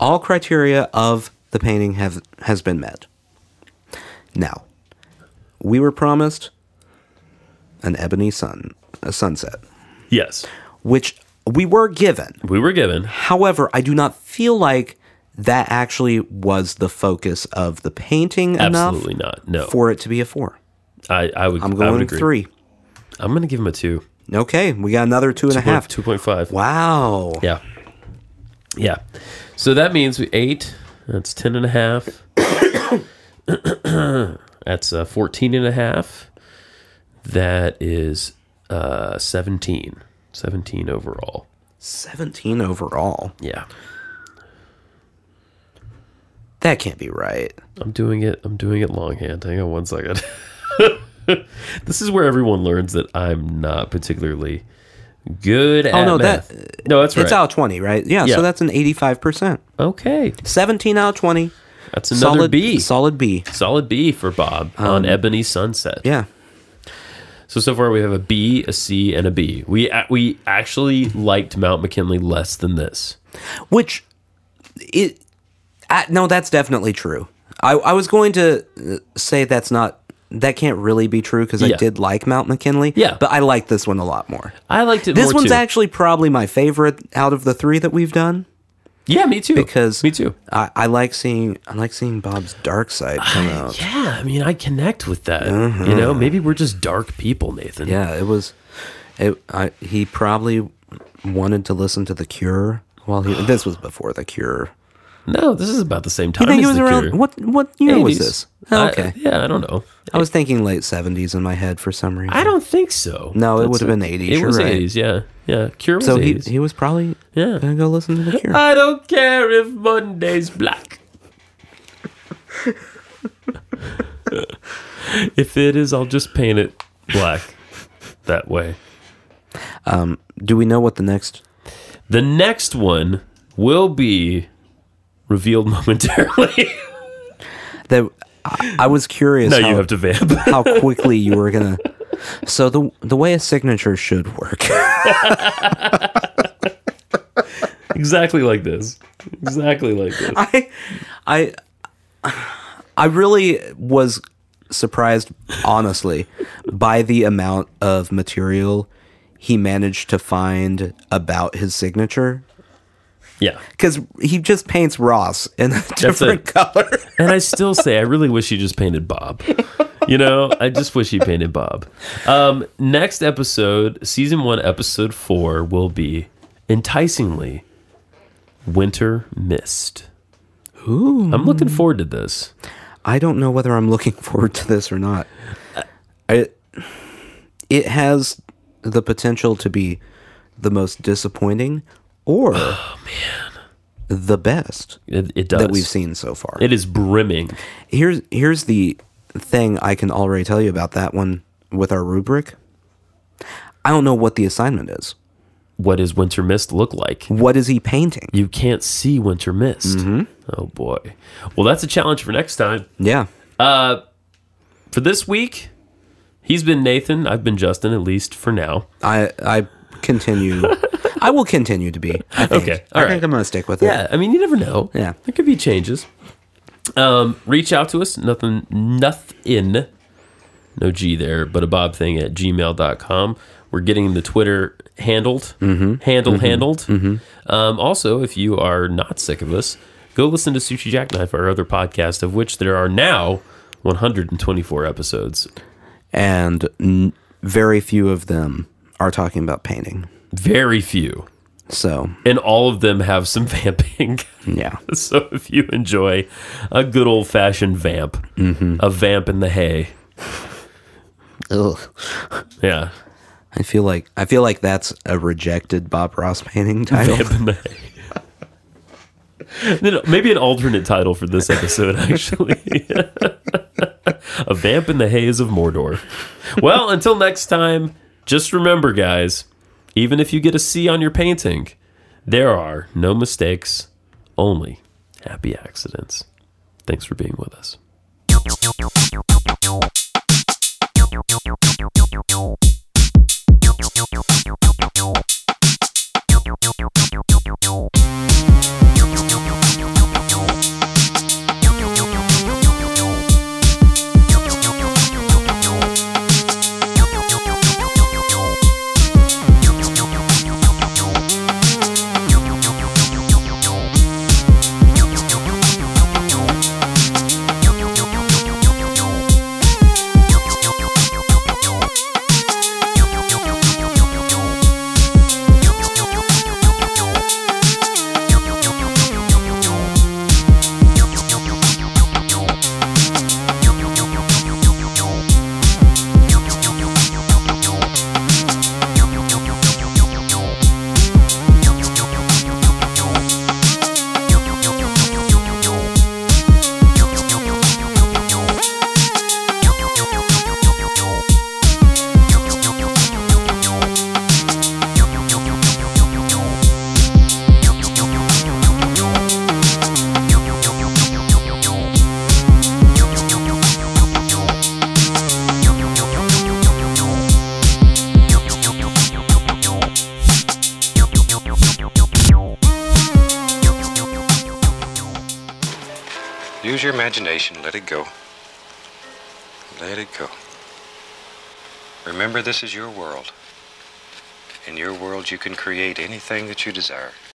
[SPEAKER 2] All criteria of the painting have has been met. Now, we were promised an ebony sun, a sunset,
[SPEAKER 1] Yes.
[SPEAKER 2] which we were given.
[SPEAKER 1] We were given.
[SPEAKER 2] However, I do not feel like that actually was the focus of the painting
[SPEAKER 1] Absolutely
[SPEAKER 2] enough
[SPEAKER 1] not. No.
[SPEAKER 2] for it to be a four.
[SPEAKER 1] I, I would
[SPEAKER 2] I'm
[SPEAKER 1] I
[SPEAKER 2] going
[SPEAKER 1] would agree.
[SPEAKER 2] three.
[SPEAKER 1] I'm going to give him a two.
[SPEAKER 2] Okay, we got another two and a half.
[SPEAKER 1] 2.5.
[SPEAKER 2] Wow.
[SPEAKER 1] Yeah. Yeah. So that means we eight. That's ten and a half. that's uh, 14 and a half. That is uh, 17. 17 overall.
[SPEAKER 2] 17 overall.
[SPEAKER 1] Yeah.
[SPEAKER 2] That can't be right.
[SPEAKER 1] I'm doing it. I'm doing it longhand. Hang on one second. this is where everyone learns that I'm not particularly good at
[SPEAKER 2] Oh, no,
[SPEAKER 1] math.
[SPEAKER 2] that-
[SPEAKER 1] no, that's right.
[SPEAKER 2] It's out of 20, right? Yeah,
[SPEAKER 1] Yeah.
[SPEAKER 2] so that's an 85%.
[SPEAKER 1] Okay,
[SPEAKER 2] 17 out of 20.
[SPEAKER 1] that's another
[SPEAKER 2] solid
[SPEAKER 1] B.
[SPEAKER 2] Solid B. Um,
[SPEAKER 1] solid B for Bob on Ebony Sunset.
[SPEAKER 2] Yeah.
[SPEAKER 1] So so far we have a B, a C, and a B. We a- we actually liked Mount McKinley less than this.
[SPEAKER 2] Which, it, I, no, that's definitely true. I, I was going to uh, say that's not, that can't really be true because
[SPEAKER 1] Yeah.
[SPEAKER 2] I did like Mount McKinley.
[SPEAKER 1] Yeah.
[SPEAKER 2] But I like this one a lot more.
[SPEAKER 1] I liked it.
[SPEAKER 2] This
[SPEAKER 1] more
[SPEAKER 2] one's
[SPEAKER 1] too.
[SPEAKER 2] actually probably my favorite out of the three that we've done.
[SPEAKER 1] yeah, me too.
[SPEAKER 2] because
[SPEAKER 1] me too.
[SPEAKER 2] I, I like seeing I like seeing Bob's dark side come out.
[SPEAKER 1] Yeah, I mean I connect with that. You know, maybe we're just dark people, Nathan.
[SPEAKER 2] Uh-huh. Yeah, it was. It I, he probably wanted to listen to The Cure while he. This was before The Cure.
[SPEAKER 1] No, this is about the same time.
[SPEAKER 2] I think it
[SPEAKER 1] as
[SPEAKER 2] was
[SPEAKER 1] the
[SPEAKER 2] around
[SPEAKER 1] Cure.
[SPEAKER 2] what what year was
[SPEAKER 1] 80s.
[SPEAKER 2] this? Oh, okay,
[SPEAKER 1] I, yeah, I don't know.
[SPEAKER 2] I was thinking late seventies in my head for some reason.
[SPEAKER 1] I don't think so.
[SPEAKER 2] No, it
[SPEAKER 1] That's
[SPEAKER 2] would've
[SPEAKER 1] a-
[SPEAKER 2] been 80s,
[SPEAKER 1] It
[SPEAKER 2] you're
[SPEAKER 1] was
[SPEAKER 2] right.
[SPEAKER 1] 80s, yeah. Yeah. Cure was Uh,
[SPEAKER 2] So he
[SPEAKER 1] 80s.
[SPEAKER 2] he was probably
[SPEAKER 1] Yeah.
[SPEAKER 2] gonna go listen to The Cure.
[SPEAKER 1] I don't care if Monday's black. if it is, I'll just paint it black that way.
[SPEAKER 2] Do we know what the next?
[SPEAKER 1] The next one will be revealed momentarily.
[SPEAKER 2] That I, I was curious.
[SPEAKER 1] now
[SPEAKER 2] how,
[SPEAKER 1] you have to vamp.
[SPEAKER 2] how quickly you were gonna. So the the way a signature should work.
[SPEAKER 1] exactly like this. Exactly like this.
[SPEAKER 2] I, I, I really was surprised, honestly, by the amount of material he managed to find about his signature.
[SPEAKER 1] Yeah.
[SPEAKER 2] Because he just paints Ross in a different
[SPEAKER 1] it.
[SPEAKER 2] color.
[SPEAKER 1] And I still say I really wish he just painted Bob. You know, I just wish he painted Bob. Um, next episode, season one, episode four, will be enticingly Winter Mist. Ooh. I'm looking forward to this.
[SPEAKER 2] I don't know whether I'm looking forward to this or not. I, it has the potential to be the most disappointing or the best
[SPEAKER 1] It, it does.
[SPEAKER 2] that we've seen so far.
[SPEAKER 1] It is brimming.
[SPEAKER 2] here's here's the thing I can already tell you about that one with our rubric. I don't know what the assignment is.
[SPEAKER 1] What does Winter Mist look like?
[SPEAKER 2] What is he painting?
[SPEAKER 1] You can't see Winter Mist.
[SPEAKER 2] Mm-hmm.
[SPEAKER 1] Oh, boy. Well, that's a challenge for next time.
[SPEAKER 2] Yeah.
[SPEAKER 1] For this week, he's been Nathan. I've been Justin, at least for now.
[SPEAKER 2] I I continue. I will continue to be. I think.
[SPEAKER 1] Okay,
[SPEAKER 2] I
[SPEAKER 1] all right.
[SPEAKER 2] think I'm gonna stick with it.
[SPEAKER 1] Yeah, I mean, you never know.
[SPEAKER 2] Yeah.
[SPEAKER 1] there could be changes. Um, reach out to us. Nothing, nothing, no G there, but a Bob thing at gmail.com. We're getting the Twitter handled, handled, handled. Um, also, if you are not sick of us, go listen to Sushi Jackknife, our other podcast, of which there are now 124 episodes.
[SPEAKER 2] And n- very few of them are talking about painting.
[SPEAKER 1] Very few,
[SPEAKER 2] So
[SPEAKER 1] and all of them have some vamping.
[SPEAKER 2] yeah.
[SPEAKER 1] So if you enjoy a good old fashioned vamp, a vamp in the hay,
[SPEAKER 2] Ugh.
[SPEAKER 1] yeah,
[SPEAKER 2] I feel like I feel like that's a rejected Bob Ross painting title.
[SPEAKER 1] vamp in the hay. No, no, maybe an alternate title for this episode, actually. a vamp in the haze of Mordor. Well, until next time, just remember, guys, even if you get a C on your painting, there are no mistakes, only happy accidents. Thanks for being with us.
[SPEAKER 4] Yo, yo, yo, yo, yo, yo, yo, yo. Yo, yo, yo, yo, yo, yo, yo, yo.
[SPEAKER 3] Use your imagination. Let it go. Let it go. Remember, this is your world. In your world, you can create anything that you desire.